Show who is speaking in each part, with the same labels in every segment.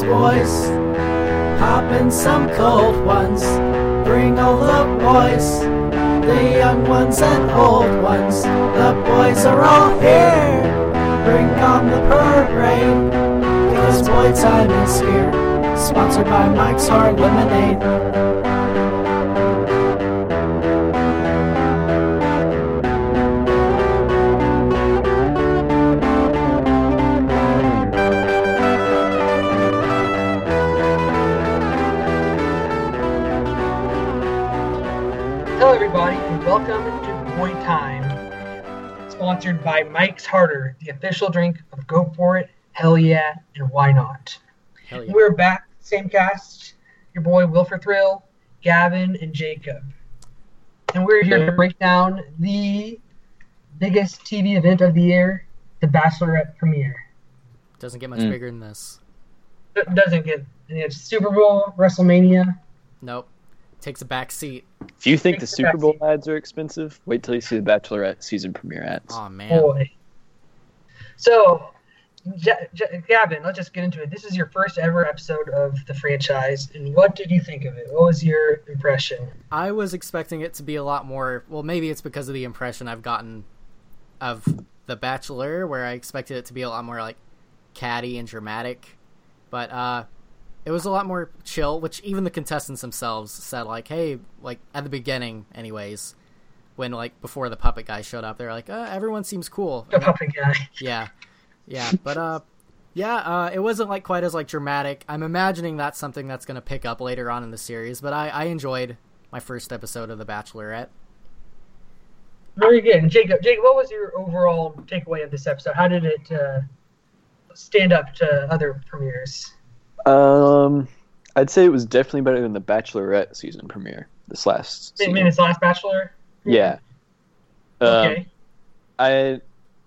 Speaker 1: boys, popping some cold ones. Bring all the boys, the young ones and old ones. The boys are all here. Bring on the parade, because boy time is here. Sponsored by Mike's Hard Lemonade.
Speaker 2: Hello, everybody, and welcome to Boy Time, sponsored by Mike's Harder, the official drink of Go For It, Hell Yeah, and Why Not.
Speaker 3: Hell yeah.
Speaker 2: We're back, same cast, your boy Wilfred Thrill, Gavin, and Jacob. And we're here to break down the biggest TV event of the year, the Bachelorette premiere.
Speaker 3: Doesn't get much
Speaker 4: Mm.
Speaker 3: bigger than this.
Speaker 2: It doesn't get it's Super Bowl, WrestleMania.
Speaker 3: Nope. Takes a back seat.
Speaker 4: If you think the
Speaker 2: Thanks for
Speaker 4: Super Bowl
Speaker 2: vaccine.
Speaker 4: ads are expensive, wait till you see the Bachelorette season premiere ads.
Speaker 3: Oh man.
Speaker 2: boy. So, J- J- Gavin, let's just get into it. This is your first ever episode of the franchise, and what did you think of it? What was your impression?
Speaker 3: I was expecting it to be a lot more. Well, maybe it's because of the impression I've gotten of The Bachelor, where I expected it to be a lot more like catty and dramatic. But uh, it was a lot more chill, which even the contestants themselves said, like, hey, like at the beginning, anyways, when like before the puppet guy showed up, they're like, uh, everyone seems cool.
Speaker 2: The
Speaker 3: And I-
Speaker 2: puppet guy.
Speaker 3: yeah yeah but uh yeah uh it wasn't like quite as like dramatic i'm imagining that's something that's gonna pick up later on in the series but i i enjoyed my first episode of the bachelorette
Speaker 2: Very good. And Jacob, Jacob, what was your overall takeaway of this episode? How did it uh, stand up to other premieres?
Speaker 4: Um, I'd say it was definitely better than the Bachelorette season premiere this last
Speaker 2: I
Speaker 4: season.
Speaker 2: mean, it's the last Bachelor.
Speaker 4: Yeah. Um,
Speaker 2: Okay.
Speaker 4: I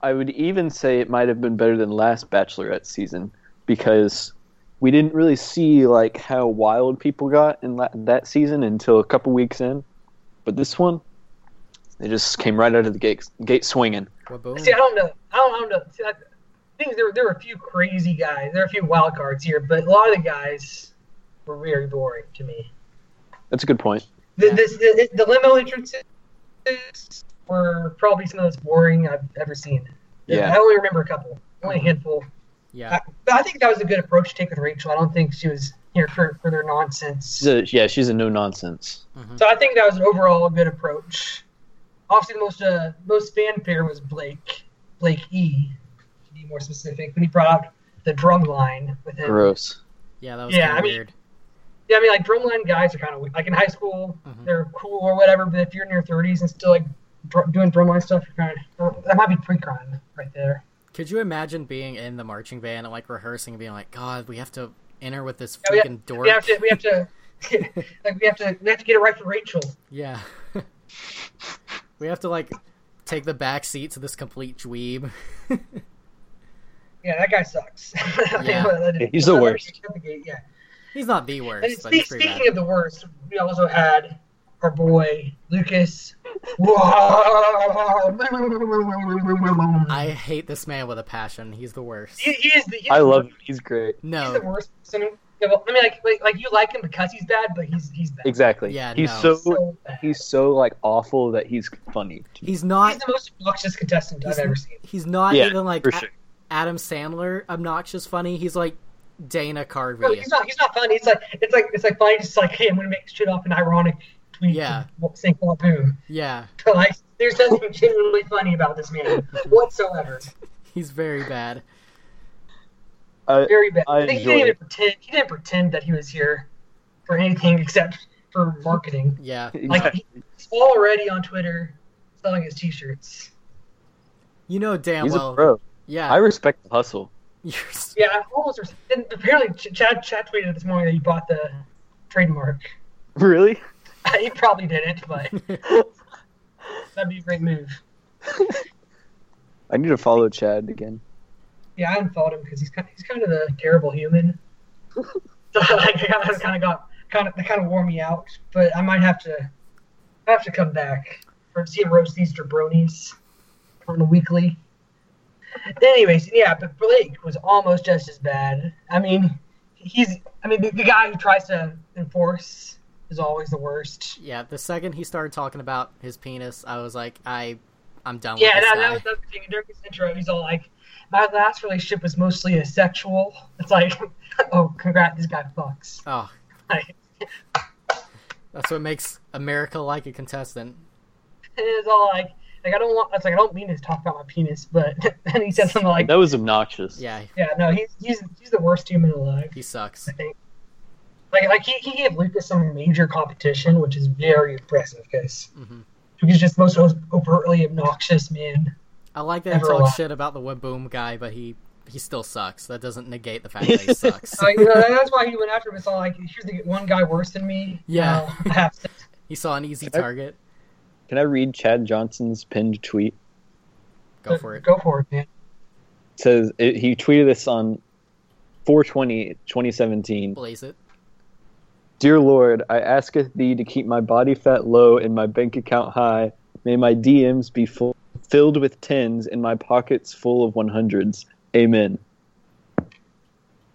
Speaker 4: I would even say it might have been better than last Bachelorette season because we didn't really see like how wild people got in la- that season until a couple weeks in, but this one, they just came right out of the gate gate swinging.
Speaker 3: Waboom.
Speaker 2: See, I don't know. I don't, I don't know. See, I think there, there were a few crazy guys. There are a few wild cards here, but a lot of the guys were very boring to me.
Speaker 4: That's a good point.
Speaker 2: The,
Speaker 3: Yeah.
Speaker 2: this, the, the limo entrances were probably some of the most boring I've ever seen.
Speaker 4: Yeah.
Speaker 2: I only remember a couple, only a handful.
Speaker 3: yeah
Speaker 2: But I think that was a good approach to take with Rachel. I don't think she was here for, for their nonsense.
Speaker 4: She's a, yeah, she's a no nonsense.
Speaker 3: mhm.
Speaker 2: So I think that was an overall a good approach. Obviously, the most uh, most fanfare was Blake, Blake E, to be more specific, when he brought out the drum line with him.
Speaker 4: Gross.
Speaker 3: yeah that was
Speaker 2: yeah,
Speaker 3: kind
Speaker 2: I
Speaker 3: of
Speaker 2: mean-
Speaker 3: weird
Speaker 2: Yeah, I mean, like drumline guys are kind of like in high school,
Speaker 3: Mhm.
Speaker 2: they're cool or whatever. But if you're in your 30s and still like dr- doing drumline stuff, you're kind of that might be pre-crime right there.
Speaker 3: could you imagine being in the marching band and like rehearsing and being like god we have to enter with this
Speaker 2: Oh, Yeah, we have-
Speaker 3: freaking dork
Speaker 2: We have to, we have to, like we have to, we have to get it right for Rachel.
Speaker 3: yeah we have to like take the back seat to this complete dweeb
Speaker 2: Yeah, that guy sucks.
Speaker 3: Yeah.
Speaker 4: He's the worst.
Speaker 2: Yeah.
Speaker 3: he's not the
Speaker 2: And
Speaker 3: worst but
Speaker 2: speak,
Speaker 3: he's pretty bad
Speaker 2: speaking of the worst, we also had our boy Lucas. Whoa.
Speaker 3: i hate this man with a passion he's the worst
Speaker 2: He, he is the. He
Speaker 4: I love him. He's great.
Speaker 3: no
Speaker 2: He's the worst. person. Yeah, well, I mean, like, like, like, you like him because he's bad, but he's he's bad.
Speaker 4: Exactly.
Speaker 3: Yeah,
Speaker 4: He's
Speaker 3: no.
Speaker 4: so
Speaker 2: So bad.
Speaker 4: he's so like awful that he's funny.
Speaker 3: He's
Speaker 2: He's
Speaker 3: not.
Speaker 2: the most obnoxious contestant I've
Speaker 3: He's,
Speaker 2: ever seen.
Speaker 3: he's not
Speaker 4: Yeah,
Speaker 3: even like
Speaker 4: for
Speaker 3: A-
Speaker 4: sure.
Speaker 3: Adam Sandler obnoxious funny. He's like Dana Carvey.
Speaker 2: No, he's not. He's not funny. It's like it's like it's like funny. Just like, hey, I'm gonna make shit up an ironic tweet.
Speaker 3: Yeah.
Speaker 2: Saying boom.
Speaker 3: yeah,
Speaker 2: But like, there's nothing genuinely funny about this man whatsoever.
Speaker 3: he's very bad.
Speaker 4: I,
Speaker 2: Very bad.
Speaker 4: I
Speaker 2: he
Speaker 4: enjoy
Speaker 2: didn't even
Speaker 4: it.
Speaker 2: pretend. He didn't pretend that he was here for anything except for marketing.
Speaker 3: Yeah,
Speaker 2: Like
Speaker 4: exactly.
Speaker 2: he's already on Twitter selling his T-shirts.
Speaker 3: you know damn
Speaker 4: he's
Speaker 3: well.
Speaker 4: a pro. I
Speaker 3: Yeah,
Speaker 4: respect the hustle.
Speaker 3: You're s-
Speaker 2: Yeah, I almost. res- And apparently, Ch- Chad Chad tweeted this morning that he bought the trademark.
Speaker 4: Really?
Speaker 2: he probably didn't, but that'd be a great move.
Speaker 4: I need to follow Chad again.
Speaker 2: Yeah, I unfollowed him because he's kind he's kind of the terrible human. so like, I kind of got kind of that kind of wore me out, but I might have to I have to come back for see him roast these jabronis on the weekly. Anyways, yeah, but Blake was almost just as bad. I mean, he's I mean the, the guy who tries to enforce is always the worst.
Speaker 3: Yeah, the second he started talking about his penis, I was like, I, I'm done
Speaker 2: Yeah,
Speaker 3: with this
Speaker 2: that,
Speaker 3: guy.
Speaker 2: that was that's the thing. During his intro, he's all like, "My last relationship was mostly a sexual." It's like, oh, congrats, this guy fucks.
Speaker 3: Oh,
Speaker 2: Like,
Speaker 3: that's what makes America like a contestant.
Speaker 2: it's all like, like I don't want. It's like I don't mean to talk about my penis, but and he said something like,
Speaker 4: that was obnoxious.
Speaker 3: Yeah,
Speaker 2: "Yeah, no, he's he's he's the worst human alive."
Speaker 3: he sucks.
Speaker 2: I think. Like, like he, he gave Lucas some major competition, which is very impressive because
Speaker 3: Mhm.
Speaker 2: he's just the most overtly obnoxious man.
Speaker 3: I like that he
Speaker 2: Never
Speaker 3: talks
Speaker 2: alive.
Speaker 3: shit about the Waboom guy, but he he still sucks. That doesn't negate the fact that he sucks.
Speaker 2: Like, you know, that's why he went after him. It's all like, here's the one guy worse than me.
Speaker 3: Yeah.
Speaker 2: Now I have to-
Speaker 3: He saw an easy
Speaker 4: Can I-
Speaker 3: target.
Speaker 4: Can I read Chad Johnson's pinned tweet?
Speaker 3: Go for it.
Speaker 2: Go for it, man.
Speaker 4: It says it, he tweeted this on 420 2017.
Speaker 3: Blaze it.
Speaker 4: Dear Lord, I asketh thee to keep my body fat low and my bank account high. May my DMs be full, filled with tens and my pockets full of 100s. Amen.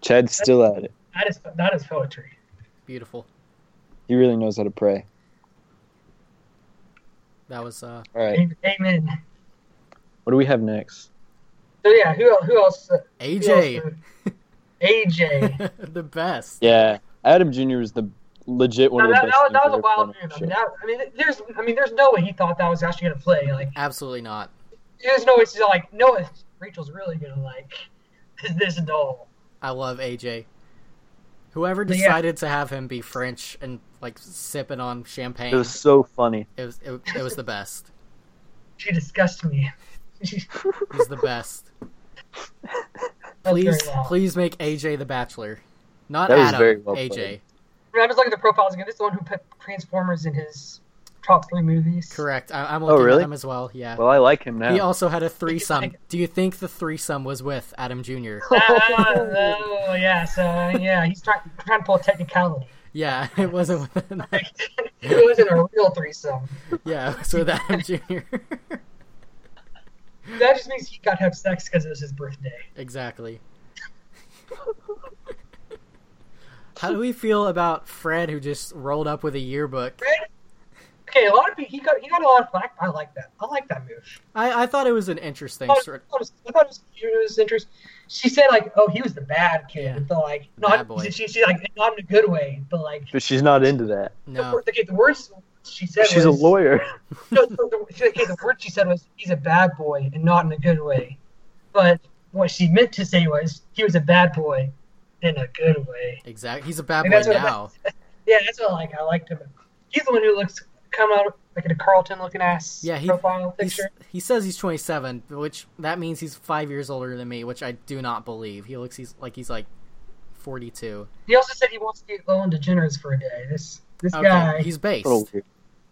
Speaker 4: Chad's still at it.
Speaker 2: That is that is poetry.
Speaker 3: Beautiful.
Speaker 4: He really knows how to pray.
Speaker 3: That was uh
Speaker 4: All right.
Speaker 2: Amen.
Speaker 4: What do we have next?
Speaker 2: So yeah, who el- who else? uh, who
Speaker 3: AJ,
Speaker 2: else, uh, AJ.
Speaker 3: the best.
Speaker 4: Yeah. Adam Jr. is the legit one
Speaker 2: No,
Speaker 4: of the
Speaker 2: that, that, was, that
Speaker 4: best. names
Speaker 2: was a
Speaker 4: I've
Speaker 2: wild
Speaker 4: ever
Speaker 2: dream. I
Speaker 4: heard.
Speaker 2: mean, that, I mean, there's I mean, there's no way he thought that was actually gonna play. Like,
Speaker 3: Absolutely not.
Speaker 2: there's no way she's like, no, Rachel's really gonna like this doll.
Speaker 3: I love AJ. Whoever
Speaker 2: But yeah.
Speaker 3: decided to have him be French and like sipping on champagne,
Speaker 4: It was so funny.
Speaker 3: it was it, it was the best.
Speaker 2: She disgusts me. She's
Speaker 3: He's the best.
Speaker 2: very
Speaker 3: Please,
Speaker 2: loud.
Speaker 3: please make AJ the Bachelor, not
Speaker 4: That was
Speaker 3: Adam.
Speaker 4: very well
Speaker 3: AJ.
Speaker 4: played.
Speaker 2: I mean, I'm just looking at the profiles again. This is the one who put Transformers in his top three movies.
Speaker 3: Correct. I, I'm looking
Speaker 4: Oh, really?
Speaker 3: at him as well. Yeah.
Speaker 4: Well, I like him now.
Speaker 3: he also had a threesome. Do you think the threesome was with Adam Jr.?
Speaker 2: Ah, oh yeah, so yeah, he's trying trying to pull a technicality.
Speaker 3: yeah, it wasn't. With,
Speaker 2: it wasn't a real threesome.
Speaker 3: yeah, it was with Adam Jr.
Speaker 2: That just means he got to have sex because it was his birthday.
Speaker 3: Exactly. How do we feel about Fred who just rolled up with a yearbook?
Speaker 2: Fred, okay, a lot of people he got he got a lot of flack. I like that. I like that move.
Speaker 3: I, I thought it was an interesting
Speaker 2: I thought
Speaker 3: sort
Speaker 2: it was, I thought it was, it was interesting. She said like, "Oh, he was the bad kid,"
Speaker 3: Yeah.
Speaker 2: but like,
Speaker 3: Bad
Speaker 2: not
Speaker 3: boy.
Speaker 2: she, she like not in a good way, but like,
Speaker 4: but she's not into that.
Speaker 2: the,
Speaker 3: No.
Speaker 2: wor- okay, the words she said.
Speaker 4: She's a
Speaker 2: was-
Speaker 4: lawyer.
Speaker 2: No, the, the, okay, the word she said was, "He's a bad boy," and not in a good way. But what she meant to say was, "He was a bad boy," in a good way.
Speaker 3: Exactly. He's a bad
Speaker 2: And
Speaker 3: boy
Speaker 2: that's what-
Speaker 3: now.
Speaker 2: Yeah, that's what like I liked him. He's the one who looks come out like in a Carlton looking ass
Speaker 3: Yeah, he-
Speaker 2: profile
Speaker 3: He's,
Speaker 2: picture.
Speaker 3: he says he's 27, which that means he's five years older than me, which I do not believe. He looks he's like he's like 42.
Speaker 2: He also said he wants to get low on DeGeneres for a day. This this
Speaker 3: Okay,
Speaker 2: guy,
Speaker 3: he's based.
Speaker 4: Little weird.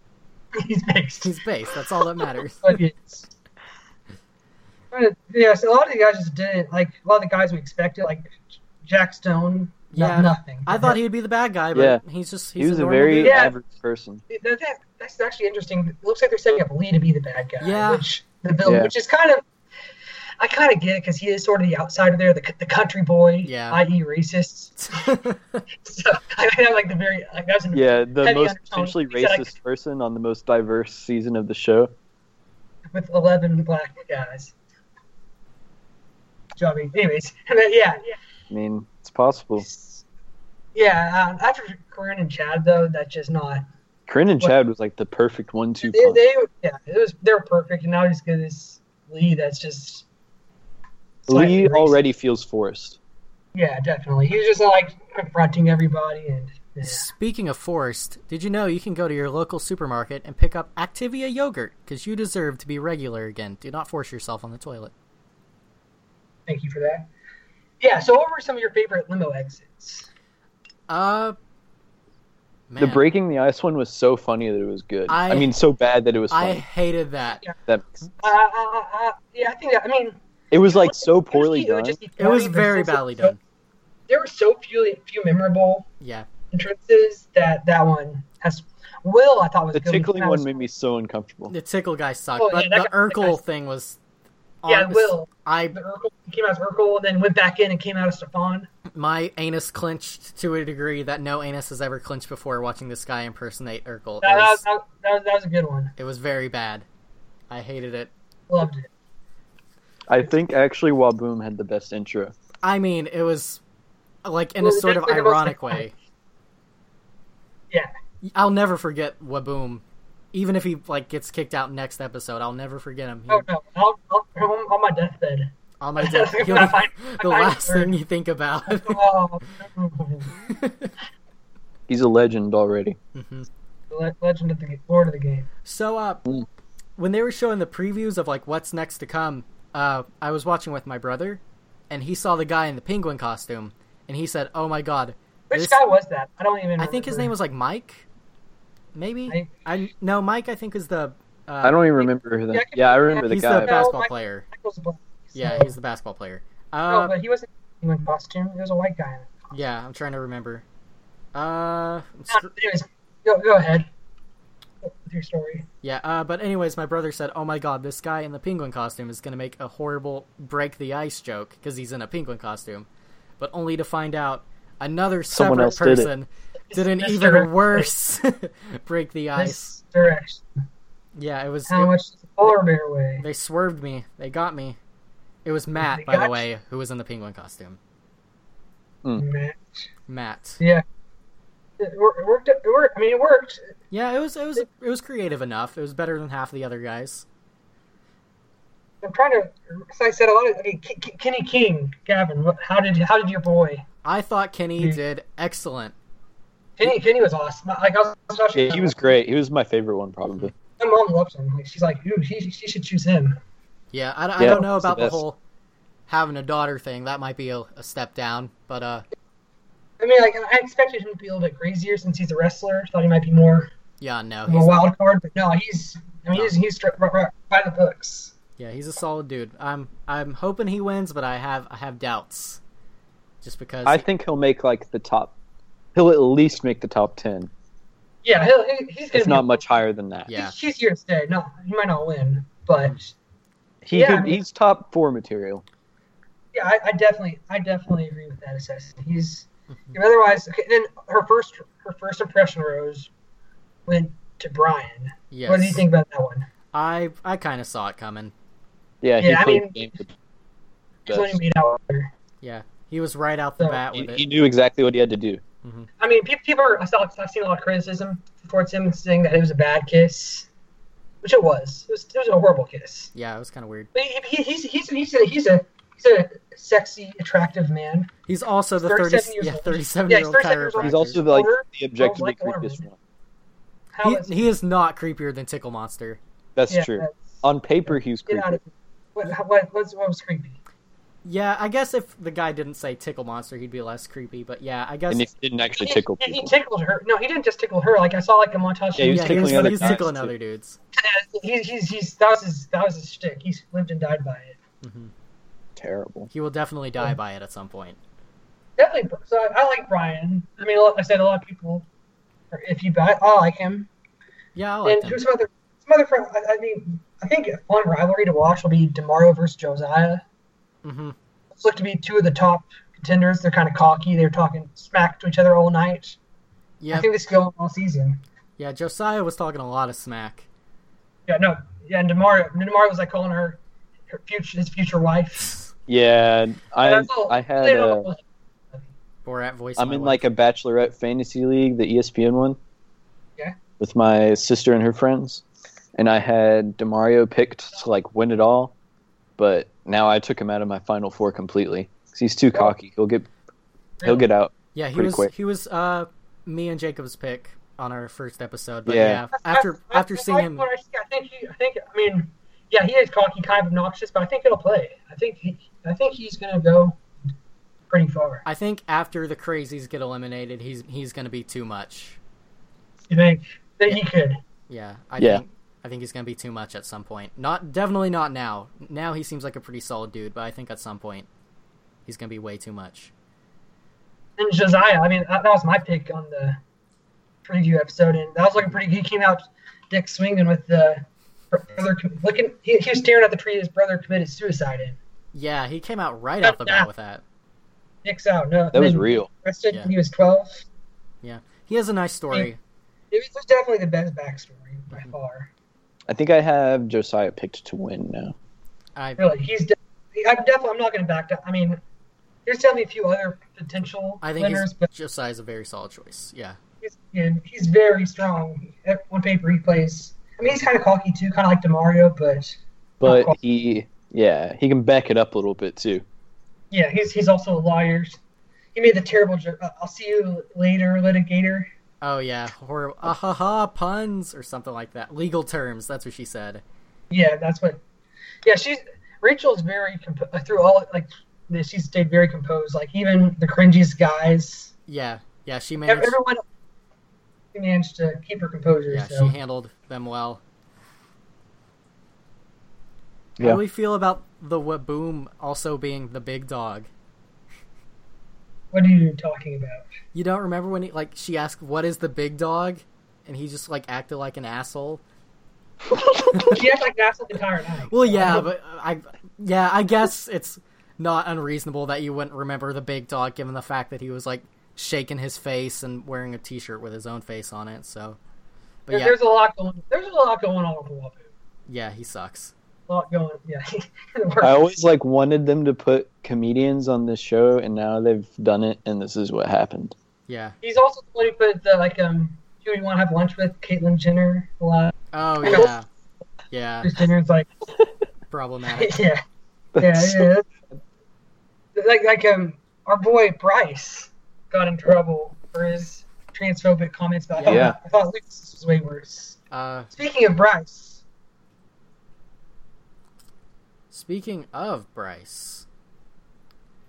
Speaker 2: he's mixed.
Speaker 3: He's based. That's all that matters.
Speaker 2: But it's- but, yeah, so a lot of the guys just didn't like a lot of the guys we expected, like Jack Stone. no-
Speaker 3: Yeah.
Speaker 2: nothing.
Speaker 3: I thought he'd be the bad guy, but
Speaker 4: Yeah.
Speaker 3: he's just he's
Speaker 4: He was a
Speaker 3: normal
Speaker 4: very
Speaker 3: dude.
Speaker 2: Yeah.
Speaker 4: average person.
Speaker 2: That- that- that's actually interesting. It looks like they're setting up Lee to be the bad guy.
Speaker 3: Yeah.
Speaker 2: Which the villain,
Speaker 4: Yeah.
Speaker 2: which is kind of. I kind of get it because he is sort of the outsider there, the, c- the country boy,
Speaker 3: Yeah.
Speaker 2: i.e., racist. So I mean, I'm like the very like that was an,
Speaker 4: Yeah, the
Speaker 2: Heavy
Speaker 4: most
Speaker 2: undertone.
Speaker 4: potentially
Speaker 2: He said, like-
Speaker 4: racist person on the most diverse season of the show.
Speaker 2: with 11 black guys. So, I mean, anyways, and then, yeah,
Speaker 4: I mean, it's possible.
Speaker 2: yeah. Um, after Corinne and Chad, though, that's just not.
Speaker 4: Corinne and
Speaker 2: What-
Speaker 4: Chad was like the perfect one-two
Speaker 2: They,
Speaker 4: punch.
Speaker 2: they, yeah, it was. They were perfect, and now he's got this Lee. That's just.
Speaker 4: Lee
Speaker 2: slightly racist.
Speaker 4: already feels forced.
Speaker 2: Yeah, definitely. He was just like confronting everybody, and yeah.
Speaker 3: Speaking of forced, did you know you can go to your local supermarket and pick up Activia yogurt because you deserve to be regular again. Do not force yourself on the toilet.
Speaker 2: thank you for that. Yeah. So, what were some of your favorite limo exits?
Speaker 3: Uh, man,
Speaker 4: The breaking the ice one was so funny that it was good. I,
Speaker 3: I-
Speaker 4: mean, so bad that it was
Speaker 3: I
Speaker 4: funny.
Speaker 3: hated that.
Speaker 4: That-
Speaker 2: Uh, uh, uh, uh, yeah, I think. That, I mean,
Speaker 4: it was like so poorly
Speaker 2: usually it would
Speaker 4: done.
Speaker 2: just be
Speaker 3: It was
Speaker 2: corny, but
Speaker 3: very
Speaker 2: since
Speaker 3: badly
Speaker 2: it was so-
Speaker 3: done.
Speaker 2: There were so few few memorable
Speaker 3: Yeah,
Speaker 2: entrances that that one has. Will I thought was
Speaker 4: The
Speaker 2: good.
Speaker 4: tickling
Speaker 2: That
Speaker 4: one
Speaker 2: was-
Speaker 4: made me so uncomfortable.
Speaker 3: the tickle guy sucked,
Speaker 2: Oh, yeah,
Speaker 3: but
Speaker 2: that
Speaker 3: the
Speaker 2: guy- that
Speaker 3: Urkel
Speaker 2: guy-
Speaker 3: thing was.
Speaker 2: Yeah,
Speaker 3: honest-
Speaker 2: Will.
Speaker 3: I
Speaker 2: The Urkel he came out as Urkel, and then went back in and came out as Stefan.
Speaker 3: my anus clenched to a degree that no anus has ever clenched before watching this guy impersonate Urkel.
Speaker 2: That, that,
Speaker 3: It was,
Speaker 2: that, that, was- that was a good one.
Speaker 3: it was very bad. I hated it.
Speaker 2: Loved it.
Speaker 4: I think actually Waboom had the best intro.
Speaker 3: I mean, it was like in a
Speaker 2: Well,
Speaker 3: sort of
Speaker 2: that's the most
Speaker 3: ironic way.
Speaker 2: Yeah.
Speaker 3: I'll never forget Waboom. Even if he like gets kicked out next episode, I'll never forget him. He-
Speaker 2: Oh no, I'll, I'll, I'm on my deathbed.
Speaker 3: on my death, he'll-
Speaker 2: I find- I
Speaker 3: the
Speaker 2: find
Speaker 3: last
Speaker 2: her.
Speaker 3: thing you think about.
Speaker 2: Oh,
Speaker 4: He's a legend already.
Speaker 2: Le- legend of the Ga- Lord of the Game.
Speaker 3: So, uh,
Speaker 4: Mm.
Speaker 3: when they were showing the previews of like what's next to come, uh, I was watching with my brother, and he saw the guy in the penguin costume, and he said, "Oh my god!"
Speaker 2: Which
Speaker 3: this-
Speaker 2: guy was that? I don't even.
Speaker 3: I think his name was like Mike, maybe.
Speaker 2: Mike?
Speaker 3: I no, Mike. I think is the. Uh,
Speaker 4: I don't even remember that. Yeah, I remember the
Speaker 3: He's
Speaker 4: guy.
Speaker 3: the basketball
Speaker 2: Mike-
Speaker 3: player.
Speaker 2: Michael's black. so-
Speaker 3: Yeah, he's the basketball player.
Speaker 2: No,
Speaker 3: Uh,
Speaker 2: Oh, but he wasn't in a costume. He was a white guy.
Speaker 3: yeah, I'm trying to remember. Uh,
Speaker 2: No, anyways, go, go ahead. With your story.
Speaker 3: Yeah, uh, but anyways, my brother said, "Oh my god, this guy in the penguin costume is going to make a horrible break the ice joke because he's in a penguin costume," but only to find out another
Speaker 4: Someone
Speaker 3: separate
Speaker 4: else did it.
Speaker 3: person did, an
Speaker 2: Mr.
Speaker 3: even worse break the ice.
Speaker 2: This direction.
Speaker 3: Yeah, it was.
Speaker 2: How
Speaker 3: it-
Speaker 2: much does the polar bear weigh?
Speaker 3: they swerved me. They got me. It was Matt,
Speaker 2: They
Speaker 3: by the
Speaker 2: got
Speaker 3: way, who was in the penguin costume.
Speaker 2: Man.
Speaker 3: Matt.
Speaker 2: Yeah. It wor- it worked. It worked. I mean, it worked.
Speaker 3: Yeah, it was. It was. It was creative enough. It was better than half of the other guys.
Speaker 2: I'm trying to. As I said, a lot of. I mean, K- K- Kenny King, Gavin. What, how did how did your boy?
Speaker 3: I thought Kenny
Speaker 2: Mhm.
Speaker 3: did excellent.
Speaker 2: Kenny Kenny was awesome. Like I was watching.
Speaker 4: Yeah, he was great. He was my favorite one probably.
Speaker 2: My mom loves him. Like she's like, ooh, she, she should choose him.
Speaker 3: Yeah, I, I
Speaker 4: Yeah,
Speaker 3: don't know
Speaker 4: it's the
Speaker 3: about the,
Speaker 4: best.
Speaker 3: whole having a daughter thing. That might be a, a step down, but uh,
Speaker 2: I mean, like I expected him to be a little bit crazier since he's a wrestler. Thought he might be more
Speaker 3: yeah, no,
Speaker 2: of a
Speaker 3: he's
Speaker 2: wild card, but no, he's. I mean, he's he's stri- right, right, by the books.
Speaker 3: yeah, he's a solid dude. I'm I'm hoping he wins, but I have I have doubts, just because.
Speaker 4: I think he'll make like the top. He'll at least make the top ten.
Speaker 2: Yeah, he'll, he, he's gonna.
Speaker 4: It's
Speaker 2: be-
Speaker 4: not much higher than that.
Speaker 3: yeah,
Speaker 2: He's, he's here to stay. No, he might not win, but
Speaker 4: He
Speaker 2: Yeah,
Speaker 4: could,
Speaker 2: I mean-
Speaker 4: he's top four material.
Speaker 2: Yeah, I, I definitely, I definitely agree with that assessment. He's
Speaker 4: Mm-hmm.
Speaker 2: otherwise okay. Then her first, her first impression rose went to Brian.
Speaker 3: yes.
Speaker 2: What do you think about that one?
Speaker 3: I I kind of saw it coming.
Speaker 4: Yeah, he
Speaker 2: Yeah, I
Speaker 4: played
Speaker 2: mean-
Speaker 4: the game the
Speaker 2: He's only
Speaker 4: best.
Speaker 2: made out with her.
Speaker 3: Yeah, he was right out the
Speaker 2: So-
Speaker 3: bat
Speaker 4: He,
Speaker 3: with it.
Speaker 4: he knew exactly what he had to do.
Speaker 2: I mean, people, people are. I saw, I've seen a lot of criticism towards him saying that it was a bad kiss, which it was. It was, it was a horrible kiss.
Speaker 3: yeah, it was kind of weird.
Speaker 2: But he, he, he's, he's, he's, a, he's a, he's a sexy, attractive man.
Speaker 3: He's also the
Speaker 2: 37
Speaker 3: thirty
Speaker 2: years
Speaker 3: yeah
Speaker 2: old.
Speaker 3: thirty seven
Speaker 2: Yeah,
Speaker 3: year
Speaker 2: he's
Speaker 3: old
Speaker 2: 37 years
Speaker 3: chiropractor.
Speaker 2: old.
Speaker 4: He's also like
Speaker 2: Older?
Speaker 4: the objectively
Speaker 2: Oh, like
Speaker 4: creepiest
Speaker 2: Orman.
Speaker 4: one.
Speaker 2: How
Speaker 3: He,
Speaker 2: is
Speaker 3: he is not creepier than Tickle Monster.
Speaker 4: That's
Speaker 2: yeah,
Speaker 4: true.
Speaker 2: that's-
Speaker 4: On paper, he was
Speaker 2: Get out
Speaker 4: creepy.
Speaker 2: of here. What, what, what's, what was creepy?
Speaker 3: Yeah, I guess if the guy didn't say Tickle Monster, he'd be less creepy. But yeah, I guess
Speaker 4: And he didn't actually
Speaker 2: He-
Speaker 4: tickle
Speaker 2: he, he
Speaker 4: people.
Speaker 2: tickled her. No, he didn't just tickle her. Like I saw like a montage.
Speaker 4: Yeah, he was
Speaker 3: yeah,
Speaker 4: tickling
Speaker 3: he was,
Speaker 4: other
Speaker 3: he was
Speaker 4: guys,
Speaker 3: tickling
Speaker 4: too.
Speaker 3: other dudes.
Speaker 2: He- he's, he's that was his that was his shtick. He's lived and died by it.
Speaker 4: Terrible.
Speaker 3: He will definitely die by it at some point.
Speaker 2: Definitely. So I, I like Brian. I mean, like I said a lot of people. are If you bet, I like him.
Speaker 3: Yeah, I liked
Speaker 2: and
Speaker 3: him.
Speaker 2: who's some other some other friend? I, I mean, I think a fun rivalry to watch will be Demario versus Josiah.
Speaker 3: hmm
Speaker 2: Those look to be two of the top contenders. They're kind of cocky. They're talking smack to each other all night. I
Speaker 3: Yeah,
Speaker 2: think this could go on all season.
Speaker 3: yeah. Josiah was talking a lot of smack.
Speaker 2: Yeah, no, yeah, and Demario, Demario was like calling her, her future, his future wife.
Speaker 4: Yeah, I
Speaker 2: That's all-
Speaker 4: I had uh,
Speaker 2: they
Speaker 4: a,
Speaker 2: don't-
Speaker 3: Borat voice.
Speaker 4: I'm
Speaker 3: my
Speaker 4: in
Speaker 3: wife.
Speaker 4: like a bachelorette fantasy league, the E ESPN one.
Speaker 2: Yeah.
Speaker 4: With my sister and her friends, and I had Demario picked to like win it all, but now I took him out of my final four completely 'Cause he's too cocky. He'll get he'll get out.
Speaker 3: yeah. He
Speaker 4: pretty
Speaker 3: was
Speaker 4: quick.
Speaker 3: he was uh me and Jacob's pick on our first episode. But yeah,
Speaker 4: Yeah.
Speaker 3: after
Speaker 2: I- I-
Speaker 3: after
Speaker 2: I
Speaker 3: seeing
Speaker 2: like
Speaker 3: him,
Speaker 2: what I, see. I think he, I think I mean, yeah, he is cocky, kind of obnoxious, but I think it'll play. I think he, I think he's gonna go pretty far.
Speaker 3: I think after the crazies get eliminated, he's he's gonna be too much.
Speaker 2: You think that he could?
Speaker 3: Yeah, I
Speaker 4: Yeah.
Speaker 3: think I think he's gonna be too much at some point. Not definitely not now. Now he seems like a pretty solid dude, but I think at some point he's gonna be way too much.
Speaker 2: And Josiah, I mean, that, that was my pick on the preview episode, and that was looking pretty. He came out dick swinging with the brother com- looking. He, he was staring at the tree his brother committed suicide in.
Speaker 3: Yeah, he came out right off the bat with that.
Speaker 2: Nick's out. No,
Speaker 4: That was
Speaker 2: then
Speaker 4: real.
Speaker 2: Arrested
Speaker 3: Yeah.
Speaker 2: when he was twelve.
Speaker 3: Yeah, he has a nice story.
Speaker 2: It was, it was definitely the best backstory by
Speaker 3: Mm-hmm.
Speaker 2: far.
Speaker 4: I think I have Josiah picked to win now.
Speaker 3: I
Speaker 2: Really, he's. De- I'm definitely. I'm not going to back down. I mean, there's definitely a few other potential
Speaker 3: I think
Speaker 2: winners,
Speaker 3: he's,
Speaker 2: but
Speaker 3: Josiah's a very solid choice. Yeah,
Speaker 2: he's, and he's very strong. At- On paper, he plays. I mean, he's kind of cocky too, kind of like Demario, but
Speaker 4: But
Speaker 2: cool.
Speaker 4: he, yeah, he can back it up a little bit too.
Speaker 2: yeah, he's he's also a liar. He made the terrible joke. Uh, I'll see you later, litigator.
Speaker 3: Oh yeah, horrible. Ahaha, puns or something like that. Legal terms. That's what she said.
Speaker 2: Yeah, that's what. Yeah, she's Rachel's very comp- through all like she stayed very composed. Like even the cringiest guys,
Speaker 3: Yeah, yeah. She
Speaker 2: ev-
Speaker 3: managed.
Speaker 2: everyone she managed to keep her composure.
Speaker 3: Yeah,
Speaker 2: so.
Speaker 3: she handled them well. How
Speaker 4: Yeah.
Speaker 3: do we feel about the Waboom also being the big dog?
Speaker 2: what are you talking about?
Speaker 3: You don't remember when he like she asked what is the big dog, and he just like acted like an asshole.
Speaker 2: She acts like an asshole the entire night.
Speaker 3: Well, yeah, but uh, I yeah I guess it's not unreasonable that you wouldn't remember the big dog given the fact that he was like shaking his face and wearing a T-shirt with his own face on it. So, but
Speaker 2: There-
Speaker 3: yeah,
Speaker 2: There's a lot going. There's a lot going on with the Wapu.
Speaker 3: yeah, he sucks.
Speaker 2: A lot going. Yeah.
Speaker 4: I always like wanted them to put comedians on this show, and now they've done it, and this is what happened.
Speaker 3: Yeah.
Speaker 2: He's also the one who put the like um. Who you want to have lunch with? Caitlyn Jenner. A lot.
Speaker 3: Oh yeah, yeah.
Speaker 2: Jenner's like.
Speaker 3: Problematic.
Speaker 2: yeah. Yeah,
Speaker 4: That's-
Speaker 2: yeah. that's- Like, like um, our boy Bryce got in trouble for his transphobic comments about him.
Speaker 4: Yeah.
Speaker 2: I thought Lucas was way worse.
Speaker 3: Uh,
Speaker 2: Speaking of Bryce,
Speaker 3: speaking of Bryce,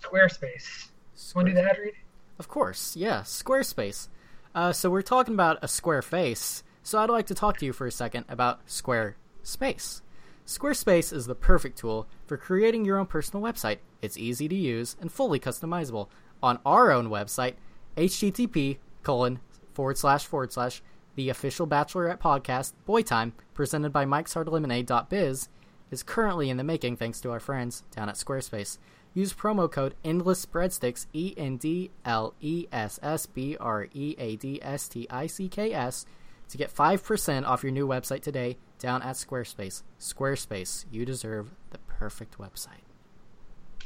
Speaker 2: Squarespace. Want to do the ad read?
Speaker 3: Of course, yeah, Squarespace. Uh, so we're talking about a square face, so I'd like to talk to you for a second about Squarespace. Squarespace is the perfect tool for creating your own personal website. It's easy to use and fully customizable. On our own website, http colon forward slash forward slash the official Bachelorette podcast Boy Time presented by Mike's Hard Lemonade.biz is currently in the making thanks to our friends down at Squarespace. Use promo code Endless Breadsticks E N D L E S S B R E A D S T I C K S to get five percent off your new website today down at Squarespace. Squarespace, you deserve the perfect website.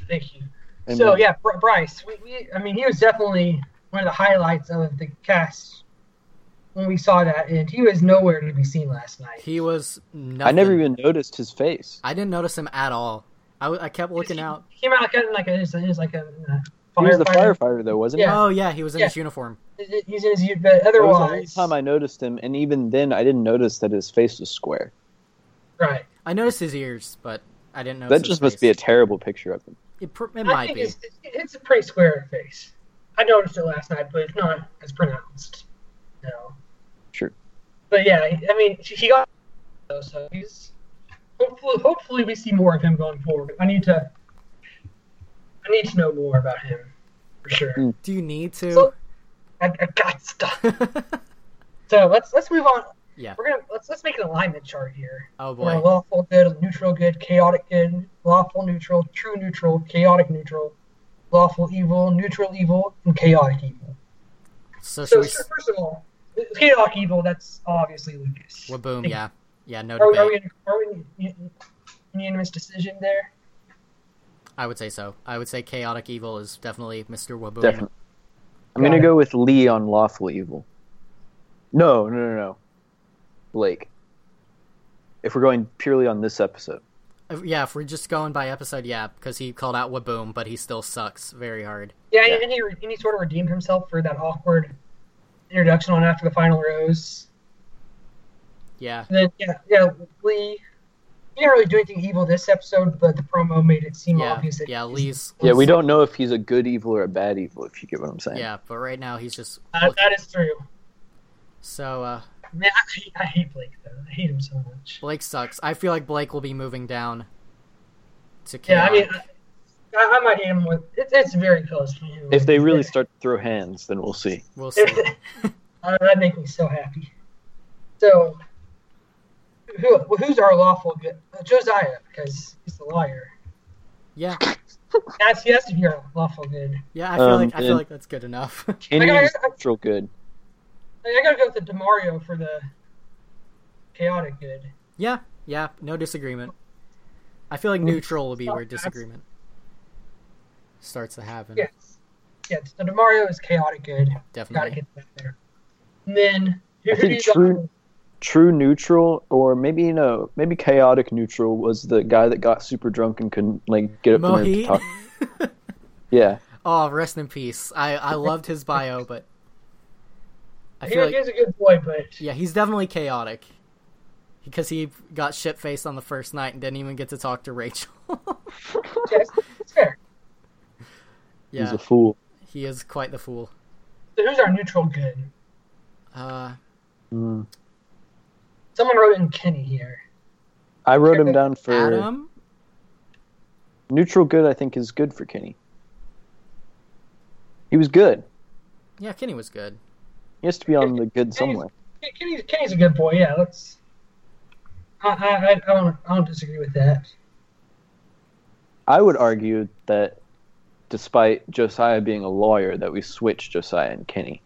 Speaker 2: Thank you.
Speaker 4: And
Speaker 2: So
Speaker 4: then-
Speaker 2: yeah, Br- Bryce. We, we, I mean, he was definitely one of the highlights of the cast when we saw that, and he was nowhere to be seen last night.
Speaker 3: He was nothing.
Speaker 4: I never even noticed his face.
Speaker 3: I didn't notice him at all. I, w- I kept looking
Speaker 2: He-
Speaker 3: out.
Speaker 2: He came out like a, like a, he was like a, uh,
Speaker 4: He was the firefighter, though, wasn't
Speaker 2: Yeah.
Speaker 3: Oh yeah, he was in
Speaker 2: Yeah.
Speaker 3: his uniform.
Speaker 2: He's- He's in his youth, but
Speaker 4: he? That was
Speaker 2: otherwise,
Speaker 4: the only time I noticed him, and even then, I didn't notice that his face was square.
Speaker 2: right.
Speaker 3: I noticed his ears, but I didn't notice.
Speaker 4: That just must be a terrible picture of him.
Speaker 3: It, pr- it
Speaker 2: I
Speaker 3: might
Speaker 2: think
Speaker 3: be.
Speaker 2: It's, it's a pretty square face. I noticed it last night, but it's not as pronounced. No.
Speaker 4: Sure.
Speaker 2: But yeah, I mean, he got so he's hopefully hopefully we see more of him going forward. I need to I need to know more about him for sure.
Speaker 4: Hmm.
Speaker 3: Do you need to?
Speaker 2: So- I, I got stuff. So let's let's move on.
Speaker 3: yeah.
Speaker 2: We're gonna let's let's make an alignment chart here.
Speaker 3: Oh
Speaker 2: You know,
Speaker 3: boy.
Speaker 2: lawful good, neutral good, chaotic good, lawful neutral, true neutral, chaotic neutral, lawful evil, neutral evil, and chaotic evil.
Speaker 3: So should
Speaker 2: So,
Speaker 3: we?
Speaker 2: so
Speaker 3: s-
Speaker 2: first of all, chaotic evil, that's obviously Lucas.
Speaker 3: Waboom. Yeah. Yeah. No
Speaker 2: Are, are we
Speaker 3: debate.
Speaker 2: in, are we in unanimous decision there?
Speaker 3: I would say so. I would say chaotic evil is definitely Mr. Waboom.
Speaker 4: Definitely. I'm
Speaker 2: Got
Speaker 4: gonna
Speaker 2: it.
Speaker 4: go with Lee on lawful evil. No, no, no, no. Blake. If we're going purely on this episode,
Speaker 3: Uh, Yeah. If we're just going by episode, yeah, because he called out Waboom, but he still sucks very hard.
Speaker 2: Yeah,
Speaker 4: Yeah.
Speaker 2: and he, and he sort of redeemed himself for that awkward introduction on After the Final Rose.
Speaker 3: Yeah.
Speaker 2: And then, yeah, yeah, Lee. He didn't really do anything evil this episode, but the promo made it seem
Speaker 3: Yeah.
Speaker 2: obvious that
Speaker 3: Yeah.
Speaker 2: he's-
Speaker 3: Lee's.
Speaker 4: yeah, we don't know if he's a good evil or a bad evil. If you get what I'm saying.
Speaker 3: Yeah, but right now he's just
Speaker 2: That- that is true.
Speaker 3: so. uh
Speaker 2: Man, I, hate- I hate Blake though. I hate him so much.
Speaker 3: Blake sucks. I feel like Blake will be moving down to
Speaker 2: Yeah, I
Speaker 3: chaotic.
Speaker 2: mean, I, I might hate him with. It's it's very close for you.
Speaker 4: If they really start to throw hands, then we'll see.
Speaker 3: we'll see.
Speaker 2: uh, that makes me so happy. So, who who's our lawful good? Uh, Josiah, because he's the liar.
Speaker 3: Yeah.
Speaker 2: That's yes, if you're awful good.
Speaker 3: Yeah, I feel
Speaker 4: Um,
Speaker 3: like I feel
Speaker 4: and-
Speaker 3: like that's good enough.
Speaker 4: Kenny
Speaker 2: I-
Speaker 4: is neutral good.
Speaker 2: Like, I gotta go with the Demario for the chaotic good.
Speaker 3: yeah, yeah, no disagreement. I feel
Speaker 2: Mm.
Speaker 3: like neutral will be where disagreement starts to happen.
Speaker 2: Yeah. Yes, the Demario is chaotic good. Gotta
Speaker 3: Definitely.
Speaker 2: get that there. And then who
Speaker 4: I
Speaker 2: do
Speaker 4: think
Speaker 2: you got?
Speaker 4: true- True neutral, or maybe you know, maybe chaotic neutral was the guy that got super drunk and couldn't like get up from there to
Speaker 3: Mohi.
Speaker 4: talk. Yeah,
Speaker 3: oh, rest in peace. I I loved his bio, but I
Speaker 2: He,
Speaker 3: feel like
Speaker 2: he's a good boy, but
Speaker 3: Yeah, he's definitely chaotic. Because he got shit faced on the first night and didn't even get to talk to Rachel.
Speaker 2: yes, it's fair.
Speaker 4: he's
Speaker 3: yeah,
Speaker 4: a fool.
Speaker 3: he is quite the fool.
Speaker 2: So who's our neutral good?
Speaker 3: Uh,
Speaker 4: Mm.
Speaker 2: Someone wrote in Kenny here.
Speaker 4: I wrote him down for
Speaker 3: Adam?
Speaker 4: neutral good. I think is good for Kenny. He was good.
Speaker 3: Yeah, Kenny was good.
Speaker 4: He has to be on the good somewhere.
Speaker 2: Ken- Kenny's, Kenny's a good boy. Yeah, let's. I I, I don't I don't disagree with that.
Speaker 4: I would argue that despite Josiah being a lawyer, that we switched Josiah and Kenny.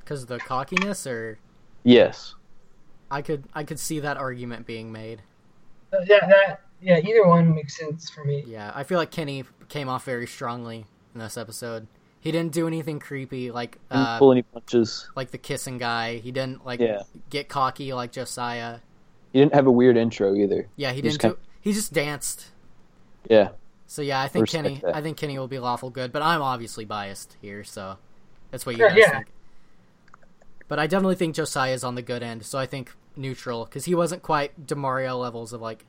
Speaker 3: Because of the cockiness, or
Speaker 4: Yes.
Speaker 3: I could I could see that argument being made.
Speaker 2: Uh, yeah, that yeah. Either one makes sense for me.
Speaker 3: Yeah, I feel like Kenny came off very strongly in this episode. He didn't do anything creepy like
Speaker 4: Didn't
Speaker 3: uh,
Speaker 4: pull any punches.
Speaker 3: like the kissing guy. He didn't like
Speaker 4: Yeah.
Speaker 3: get cocky like Josiah.
Speaker 4: He didn't have a weird intro either.
Speaker 3: Yeah, he didn't.
Speaker 4: Just kinda-
Speaker 3: do, he just danced.
Speaker 4: Yeah.
Speaker 3: So yeah, I think
Speaker 4: Respect
Speaker 3: Kenny.
Speaker 4: that.
Speaker 3: I think Kenny will be lawful good, but I'm obviously biased here, so that's what you
Speaker 2: Sure,
Speaker 3: guys
Speaker 2: yeah.
Speaker 3: think. But I definitely think Josiah is on the good end, so I think neutral because he wasn't quite Demario levels of like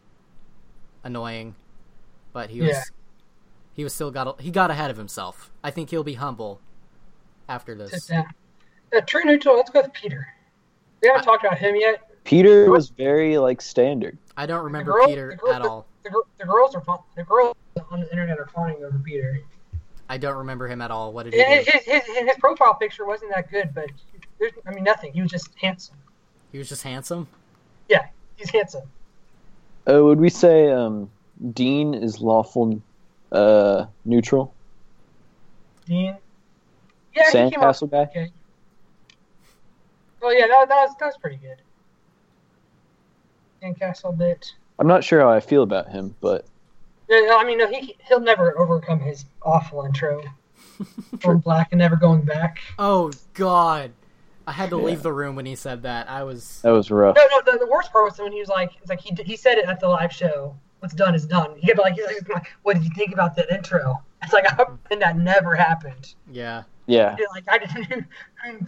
Speaker 3: annoying, but he was.
Speaker 2: Yeah.
Speaker 3: He was still got. He got ahead of himself. I think he'll be humble after
Speaker 2: Sit
Speaker 3: this.
Speaker 2: down. Uh, true neutral. Let's go with Peter. We haven't
Speaker 3: I-
Speaker 2: talked about him yet.
Speaker 4: Peter was very like standard.
Speaker 3: I don't remember
Speaker 2: girl-
Speaker 3: Peter
Speaker 2: the girl-
Speaker 3: at all.
Speaker 2: The, gir- the girls are fa- the girls on the internet are fawning over Peter.
Speaker 3: I don't remember him at all. What did he
Speaker 2: His,
Speaker 3: do?
Speaker 2: his, his, his profile picture wasn't that good, but there's, I mean nothing. He was just handsome.
Speaker 3: He was just handsome.
Speaker 2: Yeah, he's handsome.
Speaker 4: Uh, would we say um, Dean is lawful uh, neutral?
Speaker 2: Dean. Yeah, he came off
Speaker 4: Sandcastle guy?
Speaker 2: okay. Well, yeah, that, that was that was pretty good. Sandcastle bit.
Speaker 4: I'm not sure how I feel about him, but
Speaker 2: Yeah, no, I mean, no, he he'll never overcome his awful intro. From black and never going back.
Speaker 3: Oh God, I had to
Speaker 4: Yeah. Oh.
Speaker 3: leave the room when he said that. I was.
Speaker 4: that was rough.
Speaker 2: No, no. The, the worst part was when he was like, it's like he, d- he said it at the live show. What's done is done. He kept like, he's like, what did you think about that intro? It's like, I and that never happened.
Speaker 3: Yeah.
Speaker 4: Yeah.
Speaker 2: You're like, I didn't. Who,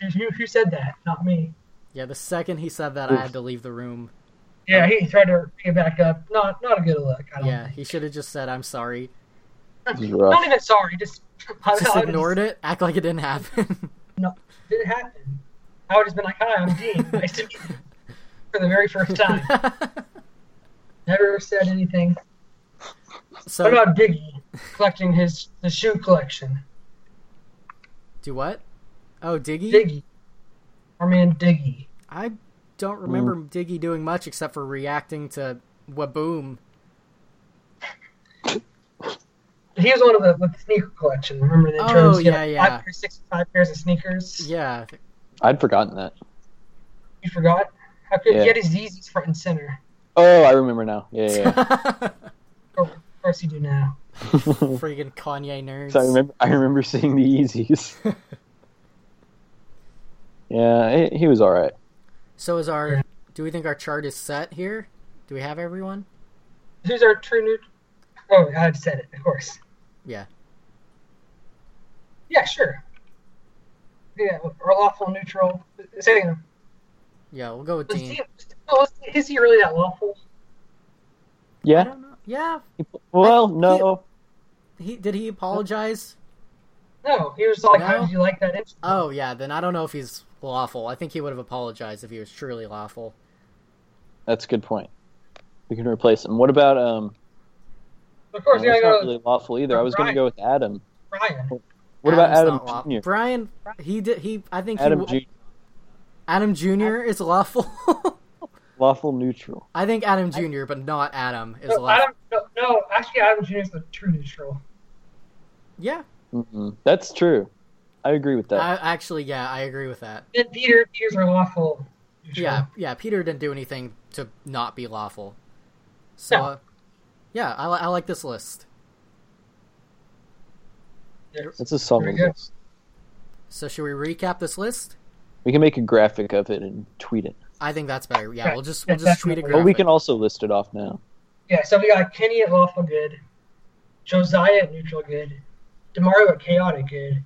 Speaker 2: who, who, who said that? Not me.
Speaker 3: Yeah, the second he said that, I had to leave the room.
Speaker 2: Yeah, he tried to bring it back up. Not not a good look. I don't
Speaker 3: Yeah, he should have just said, I'm sorry.
Speaker 4: This is
Speaker 2: Not
Speaker 4: rough.
Speaker 2: even sorry. Just I,
Speaker 3: Just ignored it, act like it didn't happen.
Speaker 2: No, didn't happen. I would have been like, "Hi, I'm Dean. Nice to meet you." For the very first time, never said anything. What
Speaker 3: so,
Speaker 2: about Biggie collecting his the shoe collection?
Speaker 3: do what? Oh, Diggy?
Speaker 2: Diggy, our man Diggy.
Speaker 3: I don't remember
Speaker 4: Mm.
Speaker 3: Diggy doing much except for reacting to Waboom.
Speaker 2: He was one of the with the sneaker collection. Remember the
Speaker 3: Oh,
Speaker 2: intro? He had,
Speaker 3: yeah,
Speaker 2: like,
Speaker 3: yeah.
Speaker 2: Five pairs, six, five pairs of sneakers.
Speaker 3: Yeah,
Speaker 4: I'd forgotten that.
Speaker 2: You forgot? How could
Speaker 4: Yeah.
Speaker 2: he had his Yeezys front and center?
Speaker 4: Oh, I remember now. Yeah, yeah. yeah.
Speaker 2: Of course you do now.
Speaker 3: friggin' Kanye nerds.
Speaker 4: So I remember, I remember seeing the Yeezys. yeah, he, he was all right.
Speaker 3: So is our. Do we think our chart is set here? Do we have everyone?
Speaker 2: Who's our true new? Oh, I had said it, of course.
Speaker 3: Yeah.
Speaker 2: Yeah, sure. Yeah, or lawful neutral. Say him.
Speaker 3: Yeah, we'll go with
Speaker 2: Was
Speaker 3: Dean.
Speaker 2: he, oh, was- is he really that lawful?
Speaker 3: I
Speaker 4: Yeah.
Speaker 3: don't know. Yeah.
Speaker 4: Well,
Speaker 3: I-
Speaker 4: no.
Speaker 3: He, did he apologize?
Speaker 2: No, he was like,
Speaker 3: No.
Speaker 2: "How did you like that?" intro?"
Speaker 3: Oh yeah, then I don't know if he's lawful. I think he would have apologized if he was truly lawful.
Speaker 4: That's a good point. We can replace him. What about um?
Speaker 2: of course,
Speaker 4: well,
Speaker 2: you
Speaker 4: it's
Speaker 2: gotta
Speaker 4: not
Speaker 2: go
Speaker 4: really lawful either. I was
Speaker 2: Brian.
Speaker 4: going to go with Adam.
Speaker 2: with Brian.
Speaker 4: What
Speaker 3: Adam's
Speaker 4: about
Speaker 3: not
Speaker 4: Adam
Speaker 3: law-
Speaker 4: Jr.?
Speaker 3: Brian, he did. He I think
Speaker 4: Adam
Speaker 3: he,
Speaker 4: Jr.
Speaker 3: Adam Jr. is lawful.
Speaker 4: lawful neutral.
Speaker 3: I think Adam Jr., but not Adam, is
Speaker 2: No,
Speaker 3: like,
Speaker 2: Adam, no, no, actually, Adam Jr. is the true neutral.
Speaker 3: yeah,
Speaker 4: Mm-mm. Mm-hmm. That's true. I agree with that.
Speaker 3: I, actually, yeah, I agree with that.
Speaker 2: Then Peter, Peter's our lawful. Neutral.
Speaker 3: Yeah, yeah. Peter didn't do anything to not be lawful. So,
Speaker 2: No.
Speaker 3: uh, yeah, I, li- I like this list.
Speaker 4: That's a solid
Speaker 2: Very good.
Speaker 4: list.
Speaker 3: So, should we recap this list?
Speaker 4: We can make a graphic of it and tweet it.
Speaker 3: I think that's better. Yeah,
Speaker 2: Yeah,
Speaker 3: we'll just we'll
Speaker 2: yeah,
Speaker 3: just tweet a
Speaker 2: definitely.
Speaker 3: graphic.
Speaker 4: But we can also list it off now.
Speaker 2: Yeah, so we got Kenny at lawful good, Josiah at neutral good, Demario at chaotic good,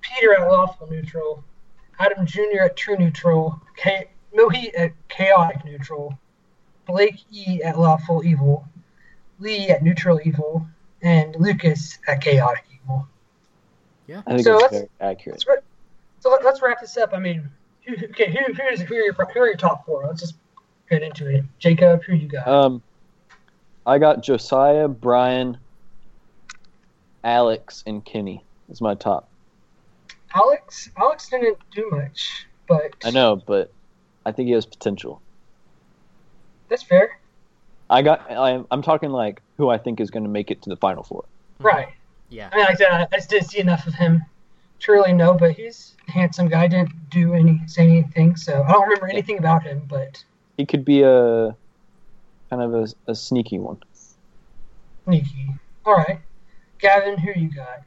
Speaker 2: Peter at lawful neutral, Adam Jr. at true neutral, K- Mohi at chaotic neutral, Blake E at lawful evil, Lee at neutral evil, and Lucas at chaotic evil.
Speaker 4: I think
Speaker 2: So
Speaker 4: that's
Speaker 2: let's-
Speaker 4: very accurate.
Speaker 2: Let's wrap, so let, us wrap this up. I mean, who, who- okay, who, who, is, who, are your, pro- who are your top four? Let's just get into it. Jacob, who you got?
Speaker 4: Um, I got Josiah, Brian, Alex, and Kenny as my top.
Speaker 2: Alex, Alex didn't do much, but
Speaker 4: I know, but I think he has potential.
Speaker 2: that's fair,
Speaker 4: I got. I'm, I'm talking like who I think is going to make it to the final four.
Speaker 3: Mhm.
Speaker 2: right?
Speaker 3: Yeah,
Speaker 2: I mean, like I said, I, I just didn't see enough of him. Truly, no, but he's a handsome guy. Didn't do any say anything, so I don't remember anything about him. But
Speaker 4: He could be a kind of a, a sneaky one.
Speaker 2: sneaky. All right, Gavin, who you got?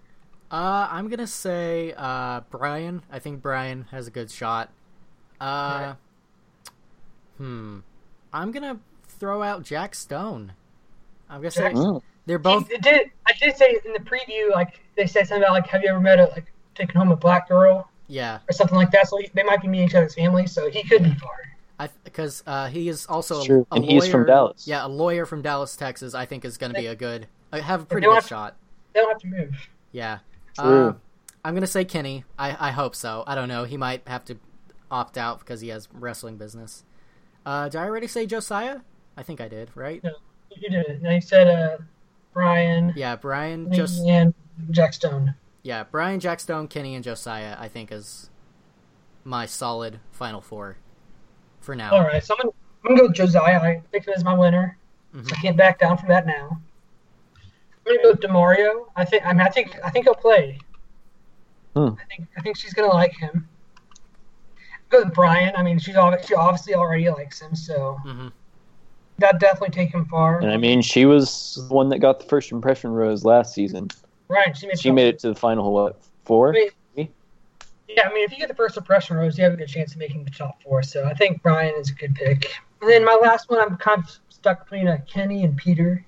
Speaker 3: uh, I'm gonna say uh, Brian. I think Brian has a good shot. Uh, hmm, I'm gonna throw out Jack Stone. I'm gonna say
Speaker 2: Jack-
Speaker 4: Mm.
Speaker 3: they're both.
Speaker 2: It did. I did say in the preview, like they said something about like, have you ever met a like taking home a black girl
Speaker 3: Yeah,
Speaker 2: or something like that? So he, they might be meeting each other's family, so he could
Speaker 3: Mm-hmm.
Speaker 2: be far.
Speaker 3: I because uh, he is also
Speaker 4: It's
Speaker 3: a,
Speaker 4: true.
Speaker 3: a
Speaker 4: And
Speaker 3: lawyer.
Speaker 4: he's from Dallas.
Speaker 3: Yeah, a lawyer from Dallas, Texas. I think is going to be a good, I have a pretty
Speaker 2: they
Speaker 3: good
Speaker 2: want-
Speaker 3: shot.
Speaker 2: They don't have to move.
Speaker 3: Yeah.
Speaker 4: True.
Speaker 3: Uh, I'm gonna say Kenny. I I hope so. I don't know. He might have to opt out because he has wrestling business. Uh, did I already say Josiah? I think I did, right?
Speaker 2: No. You did it. Now you said uh, Brian,
Speaker 3: Yeah, Brian,
Speaker 2: Lee,
Speaker 3: just
Speaker 2: and Jack Stone.
Speaker 3: yeah, Brian, Jack Stone, Kenny, and Josiah. I think is my solid final four for now.
Speaker 2: All right, so I'm gonna, I'm gonna go with Josiah. I picked him as my winner. I
Speaker 3: Mhm.
Speaker 2: can't back down from that now. I'm gonna go with Demario. I think. I mean, I think. I think he'll play.
Speaker 4: Hmm.
Speaker 2: I think. I think she's gonna like him. Go with Brian. I mean, she's obviously, she obviously already likes him, so
Speaker 3: Mhm.
Speaker 2: that definitely take him far.
Speaker 4: And I mean, she was the one that got the first impression rose last season.
Speaker 2: Right? She made.
Speaker 4: She made it to the final what
Speaker 2: I
Speaker 4: four?
Speaker 2: mean, yeah, I mean, if you get the first impression rose, you have a good chance of making the top four. So I think Brian is a good pick. And then my last one, I'm kind of stuck between uh, Kenny and Peter.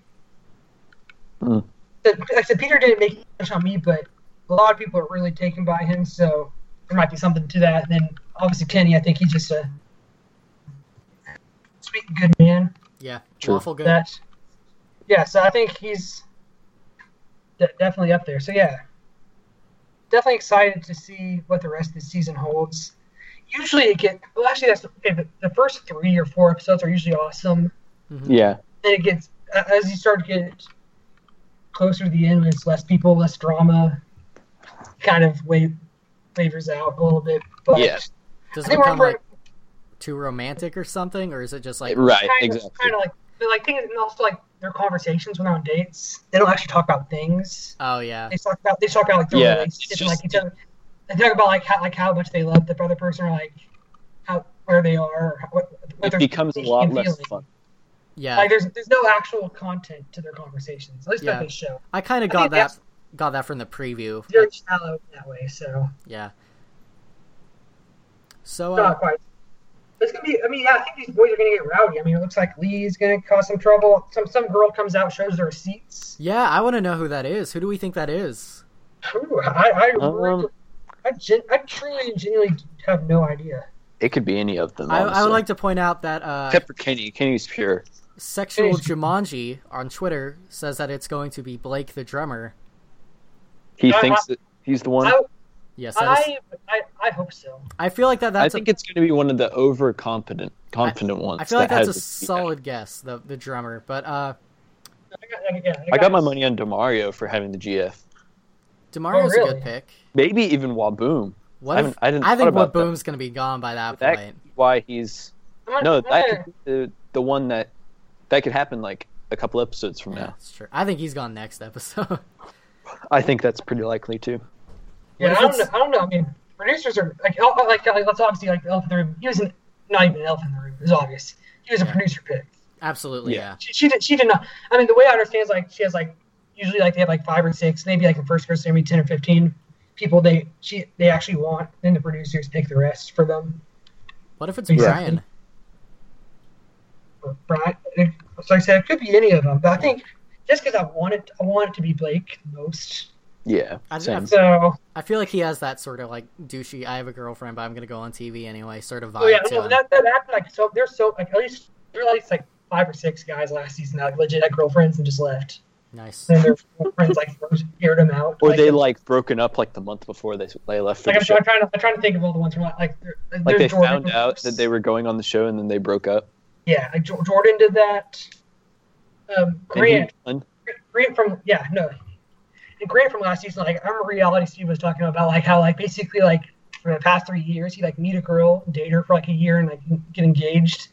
Speaker 4: Hmm.
Speaker 2: But, Like I said, Peter didn't make much on me, but a lot of people are really taken by him, so there might be something to that. And then obviously Kenny, I think he's just a sweet, good man.
Speaker 3: Yeah,
Speaker 4: True.
Speaker 3: lawful good.
Speaker 2: That, yeah, so I think he's de- definitely up there. So yeah, definitely excited to see what the rest of the season holds. Usually it get well, actually that's okay. The, the first three or four episodes are usually awesome.
Speaker 3: Mhm.
Speaker 4: Yeah,
Speaker 2: Then it gets a- as you start to get closer to the end, when it's less people, less drama, kind of wa- wavers out a little bit. But
Speaker 4: Yeah.
Speaker 3: Does
Speaker 2: I
Speaker 3: it
Speaker 2: think we're
Speaker 3: become
Speaker 2: on break.
Speaker 3: like too romantic or something, or is it just like
Speaker 4: right,
Speaker 2: kind
Speaker 4: exactly.
Speaker 2: of kind of like but like things and also like their conversations when they're on dates they don't actually talk about things
Speaker 3: oh yeah,
Speaker 2: they talk about they talk about like their
Speaker 4: Yeah,
Speaker 2: relationship
Speaker 4: it's
Speaker 2: and, like
Speaker 4: just-
Speaker 2: each other they talk about like how like how much they love the other person or like how where they are or how- what, what
Speaker 4: it
Speaker 2: they're
Speaker 4: becomes a
Speaker 2: thinking
Speaker 4: lot
Speaker 2: and
Speaker 4: less
Speaker 2: feeling.
Speaker 4: fun.
Speaker 3: yeah?
Speaker 2: like there's there's no actual content to their conversations at least
Speaker 3: Yeah.
Speaker 2: that they show
Speaker 3: I kind of
Speaker 2: I
Speaker 3: got
Speaker 2: think
Speaker 3: that
Speaker 2: that's-
Speaker 3: got that from the preview.
Speaker 2: very shallow in that way so
Speaker 3: Yeah. So uh,
Speaker 2: not quite it's gonna be. I mean, yeah, I think these boys are gonna get rowdy. I mean, it looks like Lee's gonna cause some trouble. Some some girl comes out, shows her receipts.
Speaker 3: yeah, I want to know who that is. Who do we think that is?
Speaker 2: Ooh, I, I,
Speaker 4: Um,
Speaker 2: really, I, gen- I truly and genuinely have no idea.
Speaker 4: It could be any of them.
Speaker 3: I, I
Speaker 4: honestly.
Speaker 3: would like to point out that uh,
Speaker 4: except for Kenny. Kenny's pure.
Speaker 3: sexual
Speaker 2: Please.
Speaker 3: Jumanji on Twitter says that it's going to be Blake the drummer.
Speaker 4: He
Speaker 2: I-
Speaker 4: thinks that he's the one.
Speaker 2: Uh-huh. I,
Speaker 3: Yes, that is,
Speaker 2: I, I, I hope so.
Speaker 3: I feel like that.
Speaker 4: I
Speaker 3: That's
Speaker 4: think
Speaker 3: a,
Speaker 4: it's going to be one of the overconfident, confident ones.
Speaker 3: I feel like
Speaker 4: that
Speaker 3: that's a
Speaker 4: has the-
Speaker 3: solid guess. The the drummer, but uh,
Speaker 2: I got, I, got-
Speaker 4: I got my money on Demario for having the GF.
Speaker 3: Demario's a
Speaker 2: Oh, really?
Speaker 3: good pick.
Speaker 4: Maybe even Waboom.
Speaker 3: What
Speaker 4: I
Speaker 3: if
Speaker 4: haven't- I didn't thought
Speaker 3: think
Speaker 4: about that.
Speaker 3: Waboom's going to be gone by that,
Speaker 4: That
Speaker 3: point?
Speaker 4: why he's
Speaker 2: I'm
Speaker 4: No,
Speaker 2: gonna- I'm
Speaker 4: that
Speaker 2: gonna-
Speaker 4: could, uh, the one that that could happen like a couple episodes from now.
Speaker 3: That's true. I think he's gone next episode.
Speaker 4: I think that's pretty likely too.
Speaker 2: yeah,
Speaker 3: if
Speaker 2: I don't know.
Speaker 3: it's-
Speaker 2: I don't know. I mean, producers are like, el- like, like that's obviously like the elephant in the room. He was an, not even an elephant in the room. It was obvious. He was a
Speaker 3: Yeah.
Speaker 2: producer pick.
Speaker 3: Absolutely, yeah.
Speaker 4: Yeah.
Speaker 2: She, she did. She did not. I mean, the way I understand is like she has like usually like they have like five or six, maybe like the first person, maybe ten or fifteen people they she they actually want. Then the producers pick the rest for them.
Speaker 3: What if it's
Speaker 2: Yeah.
Speaker 3: Brian?
Speaker 2: Or Brian, it- so I said it could be any of them, but I think just because I want it, I want it to be Blake the most.
Speaker 4: Yeah,
Speaker 3: I-
Speaker 4: same.
Speaker 2: So
Speaker 3: I feel like he has that sort of like douchey. I have a girlfriend, but I'm gonna go on TV anyway. Sort of vibe
Speaker 2: Oh yeah,
Speaker 3: to
Speaker 2: no,
Speaker 3: him.
Speaker 2: that, that happened like so. There's so like at least there were at least like five or six guys last season that like, legit had girlfriends and just left,
Speaker 3: Nice.
Speaker 2: and their friends like aired them out.
Speaker 4: or they
Speaker 2: like,
Speaker 4: like broken up like the month before they they left for
Speaker 2: like I'm,
Speaker 4: the show.
Speaker 2: I'm trying to I'm trying to think of all the ones from like like, there-
Speaker 4: Like
Speaker 2: there's
Speaker 4: they
Speaker 2: Jordan,
Speaker 4: found
Speaker 2: of
Speaker 4: out
Speaker 2: course.
Speaker 4: that they were going on the show and then they broke up.
Speaker 2: yeah like Jo- Jordan did that. Um,
Speaker 4: And he
Speaker 2: Grant,
Speaker 4: won.
Speaker 2: Grant from yeah no, and Grant from last season like I remember reality Steve was talking about like how like basically like for the past three years he like meet a girl, date her for like a year, and like get engaged.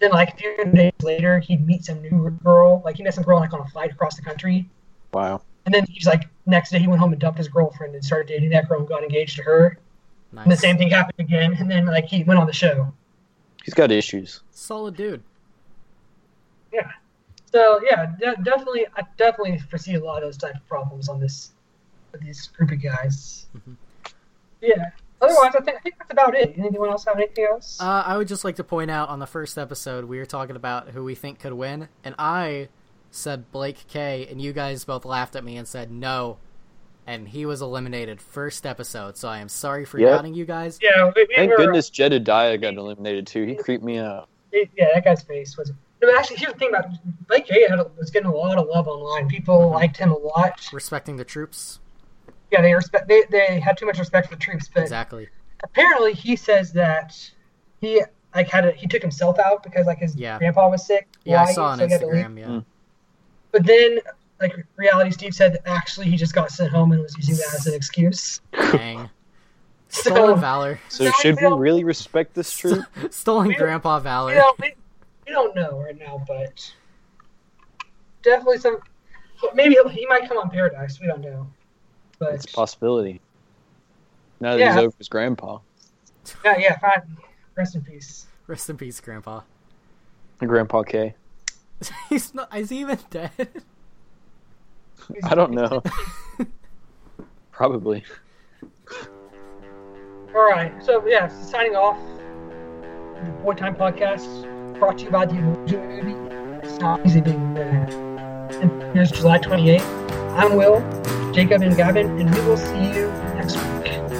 Speaker 2: Then like a few days later he'd meet some new girl, like he met some girl like on a flight across the country,
Speaker 4: Wow.
Speaker 2: and then he's like next day he went home and dumped his girlfriend and started dating that girl and got engaged to her.
Speaker 3: Nice.
Speaker 2: And the same thing happened again, and then like he went on the show.
Speaker 4: He's got issues.
Speaker 3: Solid dude.
Speaker 2: So yeah, de- definitely, I definitely foresee a lot of those type of problems on this, with these group of guys.
Speaker 4: Mm-hmm.
Speaker 3: Mhm.
Speaker 2: Yeah. Otherwise, I think, I think that's about it. Anyone else have anything else?
Speaker 3: Uh, I would just like to point out on the first episode we were talking about who we think could win, and I said Blake K, and you guys both laughed at me and said no, and he was eliminated first episode. So I am sorry for
Speaker 4: Yep.
Speaker 3: doubting you guys.
Speaker 2: yeah. We, we
Speaker 4: Thank
Speaker 2: were,
Speaker 4: goodness Jedediah got eliminated too. He creeped me out.
Speaker 2: yeah, that guy's face was. No, but actually, here's the thing about Blake Jay had a, was getting a lot of love online. People
Speaker 3: Mm-hmm.
Speaker 2: liked him a lot.
Speaker 3: Respecting the troops,
Speaker 2: Yeah, they respect. They, they had too much respect for the troops, but
Speaker 3: exactly.
Speaker 2: apparently he says that he like had a, he took himself out because like his
Speaker 3: Yeah.
Speaker 2: grandpa was sick.
Speaker 3: Yeah, I
Speaker 2: lying,
Speaker 3: saw on
Speaker 2: so he had to leave.
Speaker 3: Instagram. Yeah,
Speaker 4: Mm.
Speaker 2: But then, like reality, Steve said that actually he just got sent home and was using that as an excuse.
Speaker 3: dang.
Speaker 2: So-
Speaker 3: Stolen valor,
Speaker 4: So should we really respect this troop?
Speaker 3: stolen
Speaker 2: We-
Speaker 3: grandpa valor.
Speaker 2: You know, we, we don't know right now, but definitely some. Maybe he'll, he might come on Paradise. We don't know. But
Speaker 4: It's a possibility. Now that he's
Speaker 2: Yeah.
Speaker 4: over his grandpa.
Speaker 2: yeah, yeah, fine. Rest in peace.
Speaker 3: Rest in peace, grandpa.
Speaker 4: Grandpa K.
Speaker 3: He's not. Is he even dead?
Speaker 4: I don't know. Probably.
Speaker 2: All right. So yeah, signing off. The Boy Time Podcast brought to you by the Illusion Movie. It's not easy being bad. And here's July 28th. I'm Will, Jacob, and Gavin, and we will see you next week.